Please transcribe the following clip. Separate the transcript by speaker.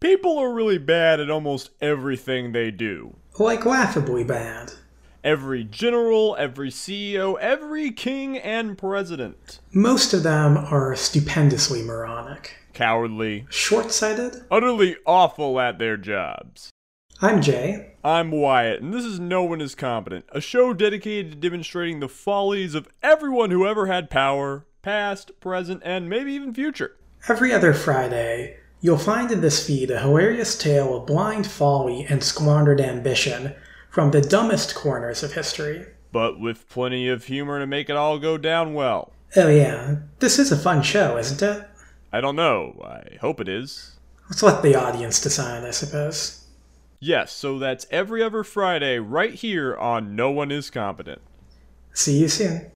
Speaker 1: People are really bad at almost everything they do.
Speaker 2: Like laughably bad.
Speaker 1: Every general, every CEO, every king and president.
Speaker 2: Most of them are stupendously moronic,
Speaker 1: Cowardly,
Speaker 2: short sighted.
Speaker 1: utterly awful at their jobs.
Speaker 2: I'm Jay.
Speaker 1: I'm Wyatt, and this is No One Is Competent, a show dedicated to demonstrating the follies of everyone who ever had power, past, present, and maybe even future.
Speaker 2: Every other Friday, you'll find in this feed a hilarious tale of blind folly and squandered ambition from the dumbest corners of history.
Speaker 1: But with plenty of humor to make it all go down well.
Speaker 2: Oh, yeah, this is a fun show, isn't it?
Speaker 1: I don't know. I hope it is.
Speaker 2: Let's let the audience decide, I suppose.
Speaker 1: Yes, so that's every other Friday right here on No One Is Competent.
Speaker 2: See you soon.